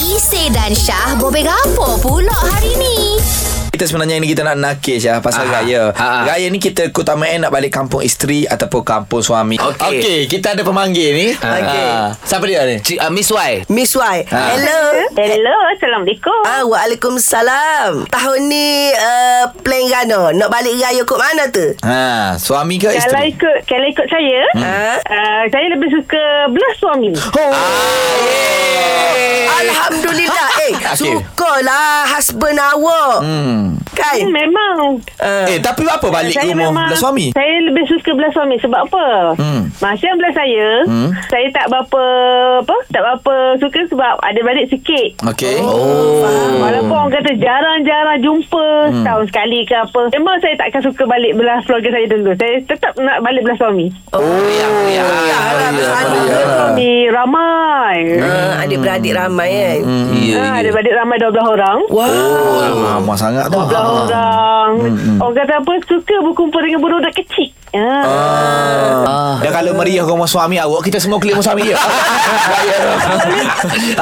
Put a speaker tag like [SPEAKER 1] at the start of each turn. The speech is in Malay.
[SPEAKER 1] Isi dan Syah bobek apa pula hari ni?
[SPEAKER 2] Kita sebenarnya ini kita nak nakis ya pasal
[SPEAKER 3] Ah.
[SPEAKER 2] raya.
[SPEAKER 3] Ah.
[SPEAKER 2] Raya ni kita keutamaan nak balik kampung isteri ataupun kampung suami.
[SPEAKER 3] Okey.
[SPEAKER 2] Okey, kita ada pemanggil ni.
[SPEAKER 3] Okey.
[SPEAKER 2] Ah. Siapa dia ni?
[SPEAKER 3] Cik, uh, Miss Y
[SPEAKER 4] Miss Y
[SPEAKER 2] Ha.
[SPEAKER 4] Hello
[SPEAKER 5] Hello, Assalamualaikum.
[SPEAKER 4] Ah, Waalaikumsalam Tahun ni uh, Plan Rano Nak balik raya kot mana tu?
[SPEAKER 2] Ha, suami ke
[SPEAKER 5] kalau
[SPEAKER 2] isteri?
[SPEAKER 5] ikut kalau ikut saya,
[SPEAKER 2] Ha?
[SPEAKER 4] Hmm.
[SPEAKER 5] uh, saya lebih suka belah suami.
[SPEAKER 4] Oh. Alhamdulillah Eh
[SPEAKER 2] Okey.
[SPEAKER 4] Sukalah Husband awak
[SPEAKER 2] Hmm.
[SPEAKER 5] Hmm,
[SPEAKER 4] Kan
[SPEAKER 5] Memang.
[SPEAKER 4] uh,
[SPEAKER 2] Eh, tapi apa balik
[SPEAKER 5] saya
[SPEAKER 2] rumah
[SPEAKER 5] memang-
[SPEAKER 2] belah suami?
[SPEAKER 5] Saya lebih suka belah suami sebab apa?
[SPEAKER 2] Hmm.
[SPEAKER 5] Masa yang belah saya,
[SPEAKER 2] Hmm.
[SPEAKER 5] saya tak berapa apa, tak berapa suka sebab ada balik sikit.
[SPEAKER 2] Okey. Oh.
[SPEAKER 5] Ah, Walaupun orang kata jarang-jarang jumpa hmm. Setahun sekali ke apa Memang saya takkan suka balik belah keluarga saya dulu Saya tetap nak balik belah suami
[SPEAKER 4] Oh
[SPEAKER 3] Ya, ya.
[SPEAKER 5] Belah
[SPEAKER 2] ah.
[SPEAKER 5] suami ramai
[SPEAKER 4] Ah, Adik-beradik ramai kan
[SPEAKER 3] Ya,
[SPEAKER 5] Ah,
[SPEAKER 3] ya.
[SPEAKER 5] Ada balik ramai 12 orang
[SPEAKER 4] Wah
[SPEAKER 2] Hmm. Oh, ramah sangat tu.
[SPEAKER 5] Belah orang Orang kata apa Suka berkumpul dengan budak-budak kecil ah.
[SPEAKER 2] Ah. Dah kalau meriah rumah suami awak, kita semua keliling rumah suami dia. Raya.